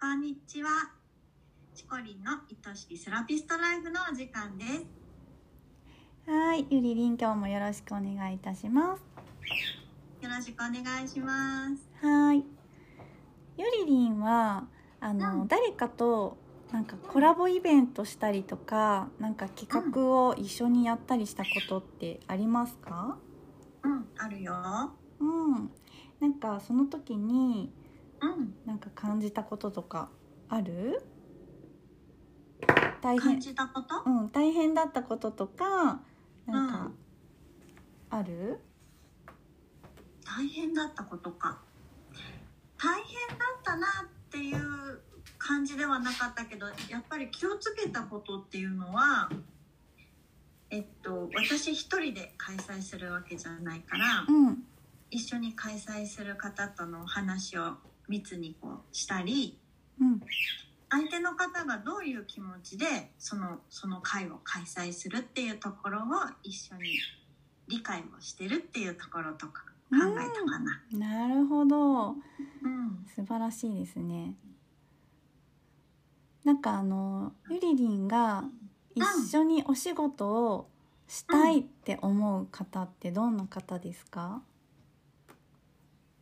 こんにちは。チコリンの愛しいセラピストライフのお時間です。はい、ゆりりん、今日もよろしくお願いいたします。よろしくお願いします。はい。ゆりりんは、あの、うん誰かと、なんかコラボイベントしたりとか、なんか企画を一緒にやったりしたことってありますか。うん、あるよ。うん、なんかその時に、うん、なんか感じたこととか、ある。大変感、じたこと？うん、大変だったこととか、なんうかん。ある。大変だったことか。大変だったなっていう感じではなかったけど、やっぱり気をつけたことっていうのは、えっと私一人で開催するわけじゃないから。うん、一緒に開催する方とのお話を密にこうしたりうん、相手の方がどういう気持ちでそのその会を開催するっていうところを一緒に理解をしてるっていうところとか考えたかな。なるほうど。ん素晴らしいですねなんかあのゆりりんが一緒にお仕事をしたいって思う方ってどんな方ですか、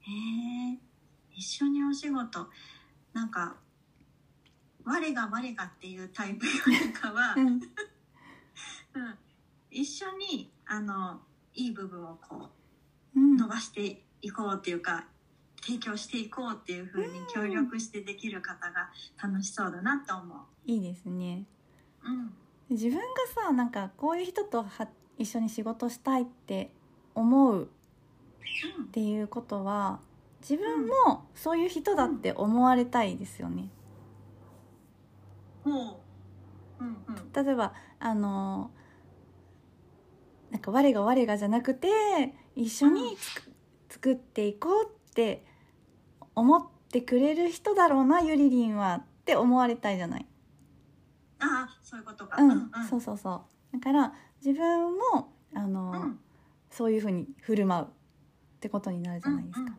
へえ一緒にお仕事なんか「我が我が」っていうタイプよりかは、ん、うん、一緒にあのいい部分をこううん伸ばしていこうっていうか提供していこうっていう風に協力してできる方が楽しそうだなと思う。いいですねうん、自分がさなんかこういう人とは一緒に仕事したいって思うっていうことは自分もそういう人だって思われたいですよねうん、ほう、うんうん、例えばあのなんか我が我がじゃなくて一緒につく、作っていこうって思ってくれる人だろうなゆりりんはって思われたいじゃない、ああそういうことか。うんうんそうそうそうだから自分もあの、うんそういうふうに振る舞うってことになるじゃないですか、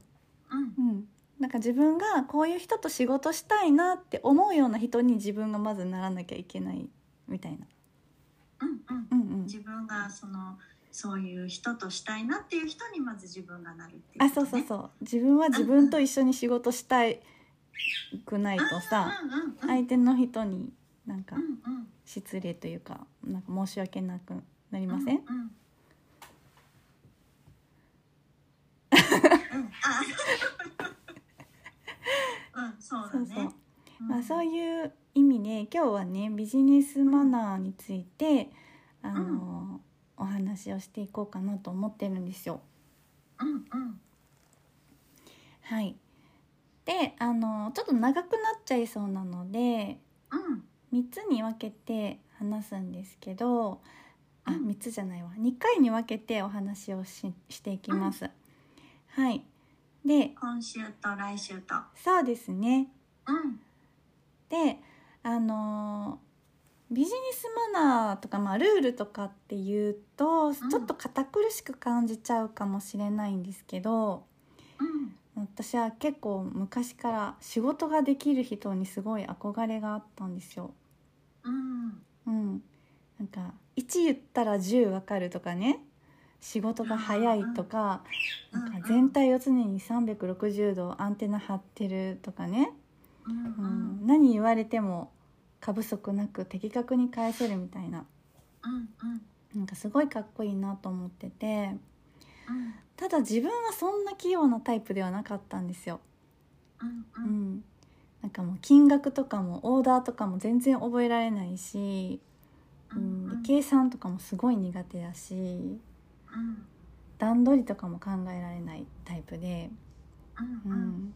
うんうんなんか自分がこういう人と仕事したいなって思うような人に自分がまずならなきゃいけないみたいな、うんうんうんうん、自分がそのそういう人としたいなっていう人にまず自分がなるっていう、あそうそうそう自分は自分と一緒に仕事したいくないとさうんうんうん、相手の人になんかうんうん、失礼というかなんか申し訳なくなりません、うんうん、うんあうん、そうだそうね。そう、うんまあ、そういう意味で今日はねビジネスマナーについてあの、お話をしていこうかなと思ってるんですよ。うんうんはい、であのちょっと長くなっちゃいそうなのでうん3つに分けて話すんですけどあうん3つじゃないわ2回に分けてお話をししていきます、はいで今週と来週とそうですねうんであのービジネスマナーとか、まあ、ルールとかっていうとちょっと堅苦しく感じちゃうかもしれないんですけどうん私は結構昔から仕事ができる人にすごい憧れがあったんですよ。うんうん、なんか1言ったら10わかるとかね仕事が早いとかうんなんか全体を常に360度アンテナ張ってるとかね、うんうんううんん、何言われても過不足なく的確に返せるみたいなうんなんかすごいかっこいいなと思っててうんただ自分はそんな器用なタイプではなかったんですよ。うんううんん、なんかもう金額とかもオーダーとかも全然覚えられないし、ううんん、うでん計算とかもすごい苦手だしうん段取りとかも考えられないタイプで、うんううんん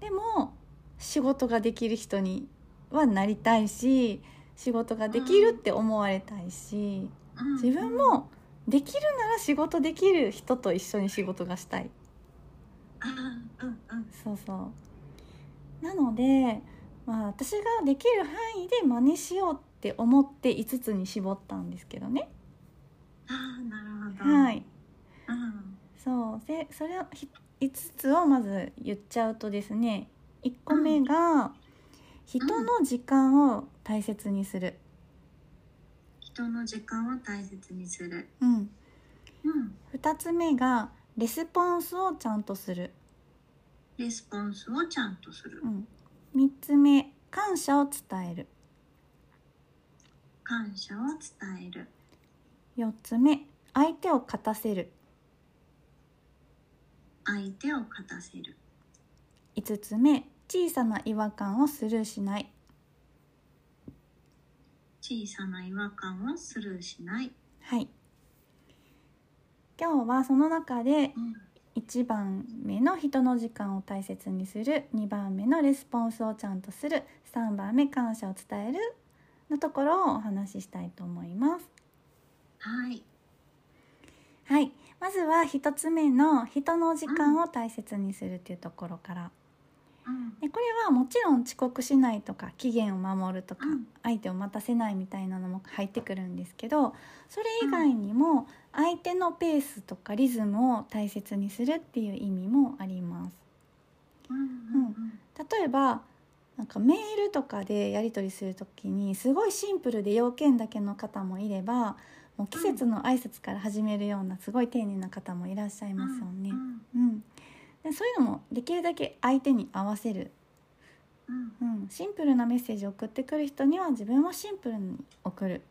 でも仕事ができる人にはなりたいし仕事ができるって思われたいし、うん自分もできるなら仕事できる人と一緒に仕事がしたいあーうんうんそうそうなので、まあ、私ができる範囲で真似しようって思って5つに絞ったんですけどね、あーなるほどはいうんそうでそれをひ5つをまず言っちゃうとですね1個目が、人の時間を大切にする、人の時間を大切にする。うん、うん。 2つ目がレスポンスをちゃんとする、レスポンスをちゃんとするう。ん、3つ目感謝を伝える感謝を伝える。 4つ目相手を勝たせる相手を勝たせる。 5つ目小さな違和感をスルーしない小さな違和感をスルーしない。はい今日はその中でうん。 1番目の人の時間を大切にする2番目のレスポンスをちゃんとする3番目感謝を伝えるのところをお話ししたいと思いますはい。はいまずは1つ目の人の時間を大切にするっていうところからうん。でこれはもちろん遅刻しないとか期限を守るとか、うん相手を待たせないみたいなのも入ってくるんですけどそれ以外にも相手のペースとかリズムを大切にするっていう意味もありますうん。うん。例えばなんかメールとかでやり取りするときにすごいシンプルで要件だけの方もいればもう季節の挨拶から始めるようなすごい丁寧な方もいらっしゃいうん。ますよねう。ん。うん、でそういうのもできるだけ相手に合わせる、うん。うん、シンプルなメッセージを送ってくる人には自分もシンプルに送る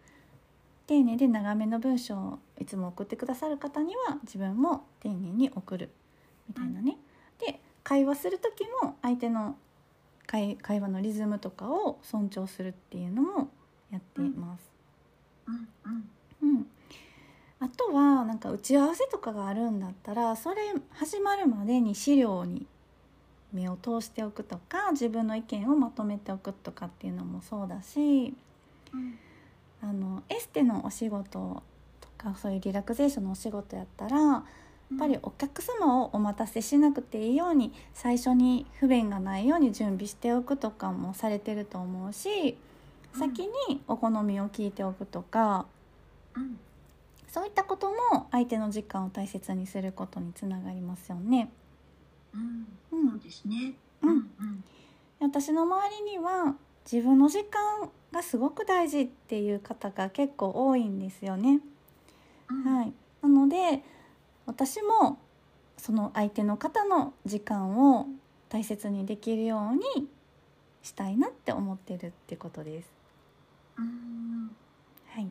丁寧で長めの文章をいつも送ってくださる方には自分も丁寧に送るみたいなね。で会話する時も相手の会会話のリズムとかを尊重するっていうのもやっています。うん。うん。うん、あとはなんか打ち合わせとかがあるんだったらそれ始まるまでに資料に目を通しておくとか自分の意見をまとめておくとかっていうのもそうだしうん。あのエステのお仕事とかそういうリラクゼーションのお仕事やったらやっぱりお客様をお待たせしなくていいように最初に不便がないように準備しておくとかもされてると思うしうん先にお好みを聞いておくとか。うん。そういったことも相手の時間を大切にすることにつながりますよね。うん。うそうでですね。うんうん。私の周りには自分の時間がすごく大事っていう方が結構多いんですよね。うん。。はいい、なので私もその相手の方の時間を大切にできるようにしたいなって思ってるってことです。うん。はい、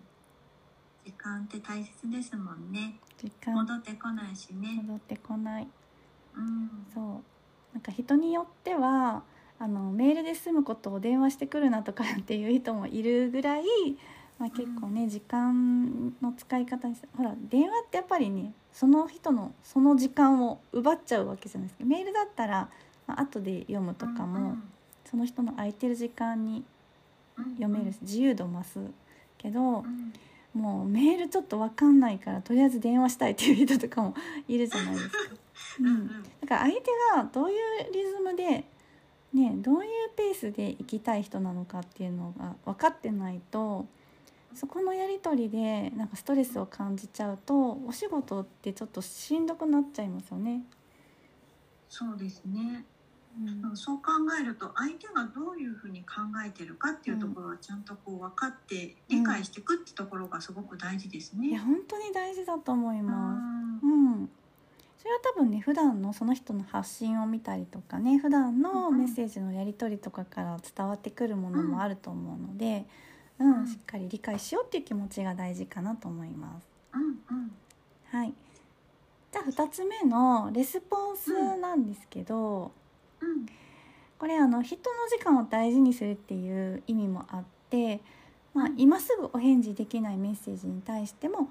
時間って大切ですもんね。時間戻ってこないしね。戻ってこないうん。そうなんか人によってはあのメールで済むことを電話してくるなとかっていう人もいるぐらい、まあ、結構ね、時間の使い方にほら電話ってやっぱりねその人のその時間を奪っちゃうわけじゃないですかメールだったら、まあ後で読むとかも、その人の空いてる時間にうんうん読めるし。自由度増すけどう、ん。もうメールちょっと分かんないからとりあえず電話したいっていう人とかもいるじゃない ですか。うんうん。だから相手がどういうリズムで、ね、どういうペースで行きたい人なのかっていうのが分かってないとそこのやり取りでなんかストレスを感じちゃうとお仕事ってちょっとしんどくなっちゃいますよね。そうですね。うんそう考えると相手がどういうふうに考えてるかっていうところはちゃんとこう分かって理解していくってところがすごく大事ですいね。や本当に大事だと思いうます。んうん、それは多分ね普段のその人の発信を見たりとかね普段のメッセージのやり取りとかから伝わってくるものもあると思うので、うんうんしっかり理解しようっていう気持ちが大事かなと思います。うんうんはい、じゃあ2つ目のレスポンスなんですけど、うんこれあの人の時間を大事にするっていう意味もあって、まあう、ん今すぐお返事できないメッセージに対しても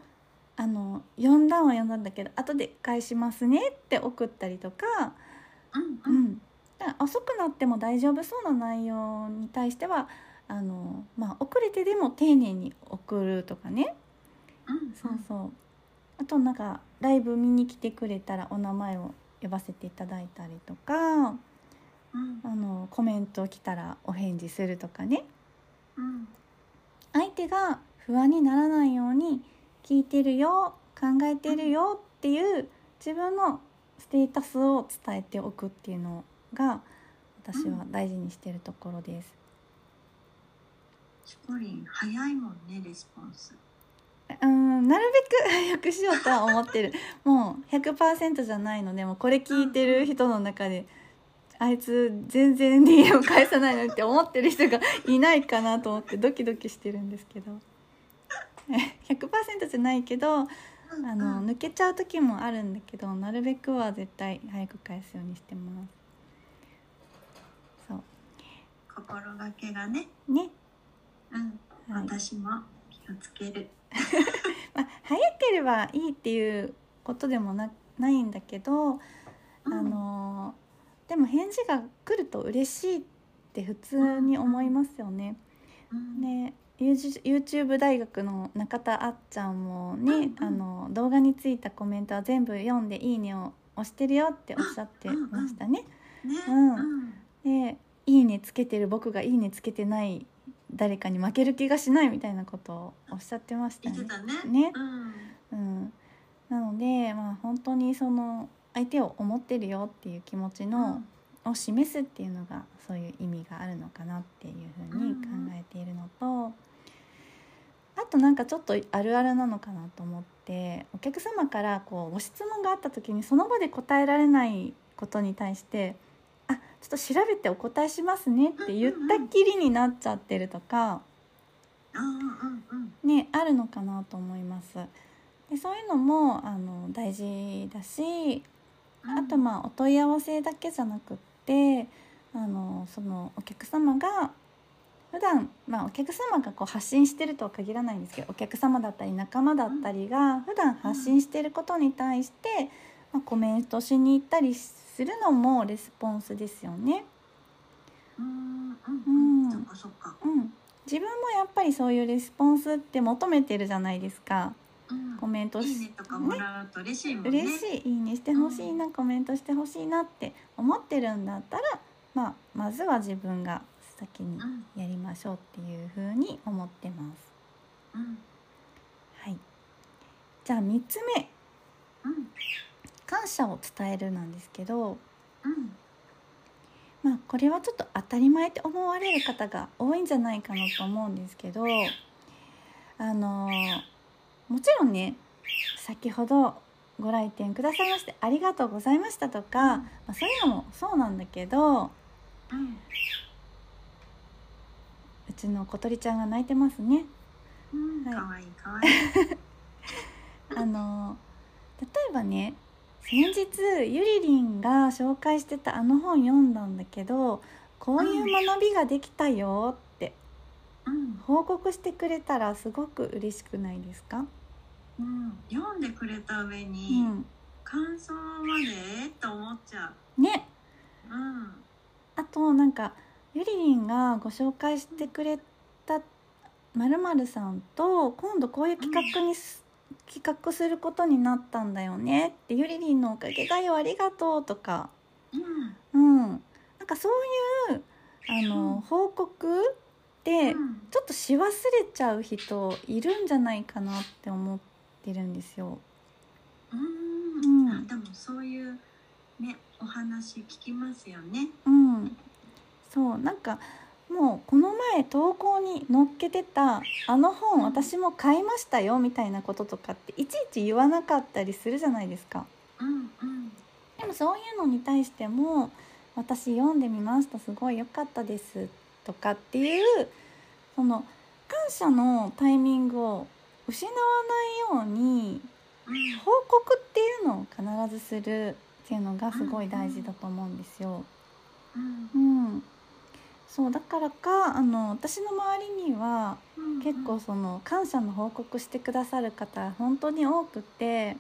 あの読んだんは読んだんだけど後で返しますねって送ったりとか、うんううんん、だから遅くなっても大丈夫そうな内容に対してはあの、まあ、遅れてでも丁寧に送るとかねうんそうそうあとなんかライブ見に来てくれたらお名前を呼ばせていただいたりとかうんあのコメント来たらお返事するとかねうん相手が不安にならないように聞いてるよ考えてるよっていう自分のステータスを伝えておくっていうのが私は大事にしてるところです。しこりん早いもんねレスポンスうんなるべく早くしようとは思って るもう100%じゃないのでもうこれ聞いてる人の中であいつ全然 DM 返さないのにって思ってる人がいないかなと思ってドキドキしてるんですけど 100%じゃないけどあうんのうん抜けちゃう時もあるんだけどなるべくは絶対早く返すようにしてますそ心がけがねうね、うんはい私も気をつけるまあ、早ければいいっていうことでもなないんだけどうんあのーでも返事が来ると嬉しいって普通に思いますよね。うんで YouTube YouTube 大学の中田あっちゃんもね、うんうんあの動画についたコメントは全部読んで「いいね」を押してるよっておっしゃってましたね。ねうんうんで「いいね」つけてる僕が「いいね」つけてない誰かに負ける気がしないみたいなことをおっしゃってました言っねて。たねねうんうん、なので、まあ、本当にその相手を思ってるよっていう気持ちの、を示すっていうのがそういう意味があるのかなっていうふうに考えているのと、あとなんかちょっとあるあるなのかなと思ってお客様からこうご質問があった時にその場で答えられないことに対して「あちょっと調べてお答えしますね」って言ったっきりになっちゃってるとか、うんうんうんね、あるのかなと思います。でそういうのもあの大事だしうんあとまあお問い合わせだけじゃなくってあのそのお客様が普段まあお客様がこう発信してるとは限らないんですけどお客様だったり仲間だったりが普段発信してることに対して、まあ、コメントしに行ったりするのもレスポンスですよね。うんうんううんんそっかそっかうん、自分もやっぱりそういうレスポンスって求めてるじゃないですかうんコメントしいいねとかもらうと嬉しいもんね嬉しい「いいね」してほしいな、コメントしてほしいなって思ってるんだったら、まあ、まずは自分が先にうんやりましょうっていうふうに思ってます。うんはい、じゃあ3つ目うん「感謝を伝える」なんですけど、うんまあ、これはちょっと当たり前って思われる方が多いんじゃないかなと思うんですけどあのもちろんね先ほどご来店くださいましてありがとうございましたとか、まあ、そういうのもそうなんだけどうんうちの小鳥ちゃんが泣いてますね。うんはいかわいいかわいいあの例えばね先日ゆりりんが紹介してたあの本読んだんだけどこういう学びができたよってうん報告してくれたらすごく嬉しくないですか、うん読んでくれた上うにん、感想までと思っちゃねううんあとなんかゆりりんがご紹介してくれたまるまるさんと今度こういう企画にす、企画することになったんだよねってゆりりんのおかげだよありがとうとかうんうん、なんかそういうあの、うん報告ってうんちょっとし忘れちゃう人いるんじゃないかなって思ってるんですよ。うんうんあでもそういうねお話聞きますよねうん、そうなんかもうこの前投稿に載っけてた「あの本私も買いましたよ」みたいなこととかっていちいち言わなかったりするじゃないですか。うんうんでもそういうのに対しても「私読んでみましたすごい良かったです」とかっていうその感謝のタイミングを失わないようにうん報告っていうのを必ずするっていうのがすごい大事だと思うんですよ。うんうん、そうだからかあの私の周りにはうん結構その感謝の報告してくださる方本当に多くて。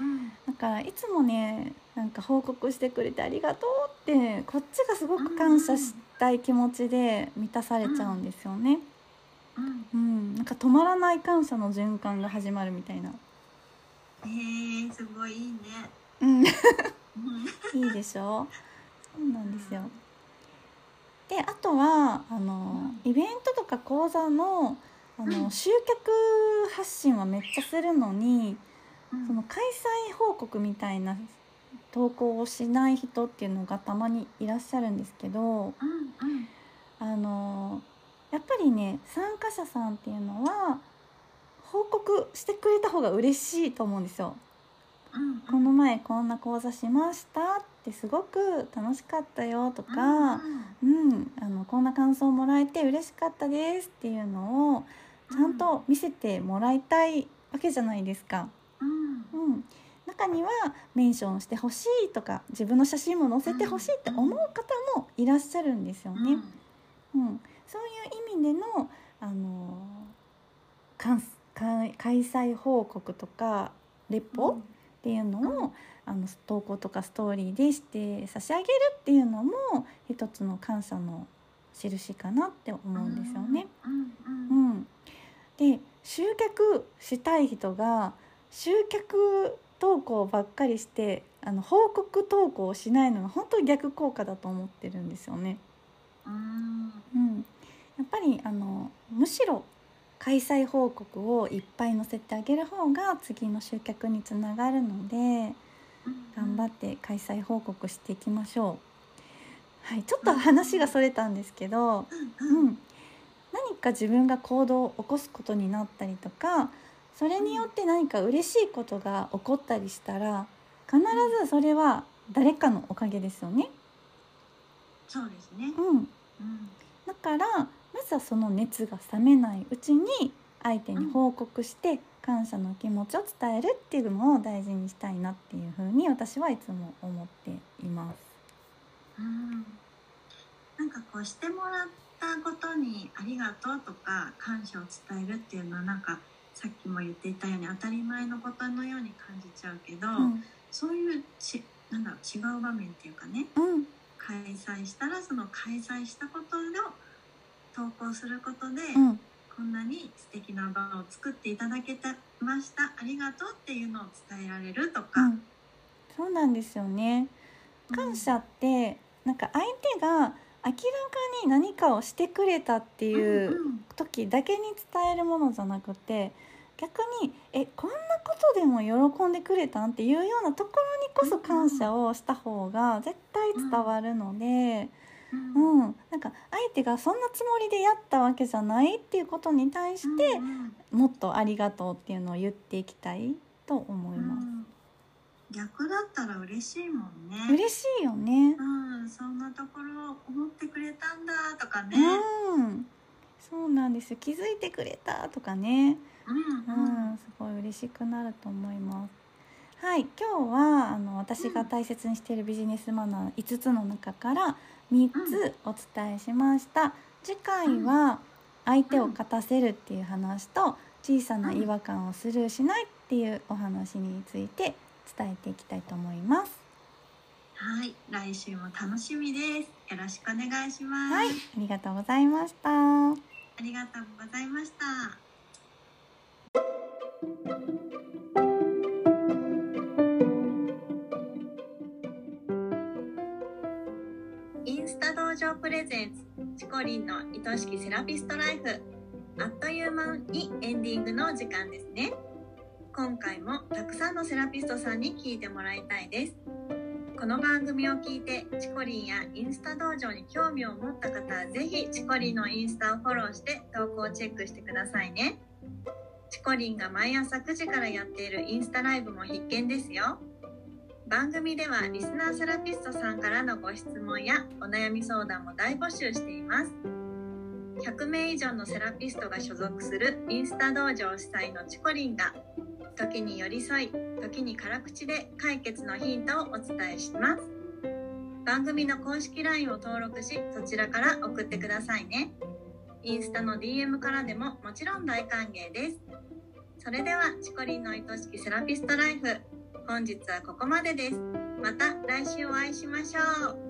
うんだからいつもねなんか報告してくれてありがとうってこっちがすごく感謝したい気持ちで満たされちゃうんですよね、うんうん、なんか止まらない感謝の循環が始まるみたいな、へえすごいいいねうん、いうんいでしょそうなんですよであとはあのイベントとか講座のあうのん集客発信はめっちゃするのにうんその開催報告みたいな投稿をしない人っていうのがたまにいらっしゃるんですけどうんうんあのやっぱりね参加者さんっていうのは報告してくれた方が嬉しいと思うんですよ。うんこの前こんな講座しましたってすごく楽しかったよとか、うん、あのこんな感想もらえて嬉しかったですっていうのをちゃんと見せてもらいたいわけじゃないですか。うんうんうん、中にはメンションしてほしいとか自分の写真も載せてほしいって思う方もいらっしゃるんですようんね。うん、そういう意味での、あのーかんか開催報告とかレポっていうのを、あの投稿とかストーリーでして差し上げるっていうのも一つの感謝の印かなって思うんですよね。。うんううんんで集客したい人が集客投稿ばっかりしてあの報告投稿をしないのが本当に逆効果だと思ってるんですよね。うんうん、やっぱりあのむしろ開催報告をいっぱい載せてあげる方が次の集客につながるので頑張っって開催報告していきましょう、はい、ちょっと話がそれたんですけど、てうん、何か自分が行動を起こすことになったりとかそれによって何か嬉しいことが起こったりしたら必ずそれは誰かのおかげですよね。そうですね。ううんんだからまずはその熱が冷めないうちに相手に報告して感謝の気持ちを伝えるっていうのを大事にしたいなっていうふうに私はいつも思っています。うんなんかこうしてもらったことにありがとうとか感謝を伝えるっていうのはなんかさっきも言っていたように当たり前のことのように感じちゃうけど、うん、そういうちなんだろう違う場面っていうかねうん、開催したらその開催したことを投稿することで、うん、こんなに素敵な場を作っていただけてましたありがとうっていうのを伝えられるとうか、ん、そうなんですよね。感謝ってなんか相手が明らかに何かをしてくれたってていう時だけに伝えるものじゃなくて逆に「えこんなことでも喜んでくれたん?」っていうようなところにこそ感謝をした方が絶対伝わるので、うんなんか相手がそんなつもりでやったわけじゃないっていうことに対して、もっと「ありがとう」っていうのを言っていきたいと思います。逆だったら嬉しいもんね嬉しいよね、うん、そんなところを思ってくれたんだとかね、うんそうなんですよ気づいてくれたとかねうんうんうん、すごい嬉しくなると思います。はい、今日はあの私が大切にしているビジネスマナー5つの中から3つお伝えしました。次回は相手を勝たせるっていう話と小さな違和感をスルーしないっていうお話について伝えていきたいと思います。はい来週も楽しみですよろしくお願いします、はい、ありがとうございました。ありがとうございましたインスタ道場プレゼンツチコリンの愛しきセラピストライフあっという間にエンディングのお時間ですね今回もたくさんのセラピストさんに聞いてもらいたいですこの番組を聞いてチコリンやインスタ道場に興味を持った方はぜひチコリンのインスタをフォローして投稿をチェックしてくださいねチコリンが毎朝9時からやっているインスタライブも必見ですよ番組ではリスナーセラピストさんからのご質問やお悩み相談も大募集しています100名以上のセラピストが所属するインスタ道場主催のチコリンが時に寄り添い時に辛口で解決のヒントをお伝えします番組の公式 LINE を登録しそちらから送ってくださいねインスタの DM からでももちろん大歓迎ですそれではチコリンの愛しきセラピストライフ本日はここまでですまた来週お会いしましょう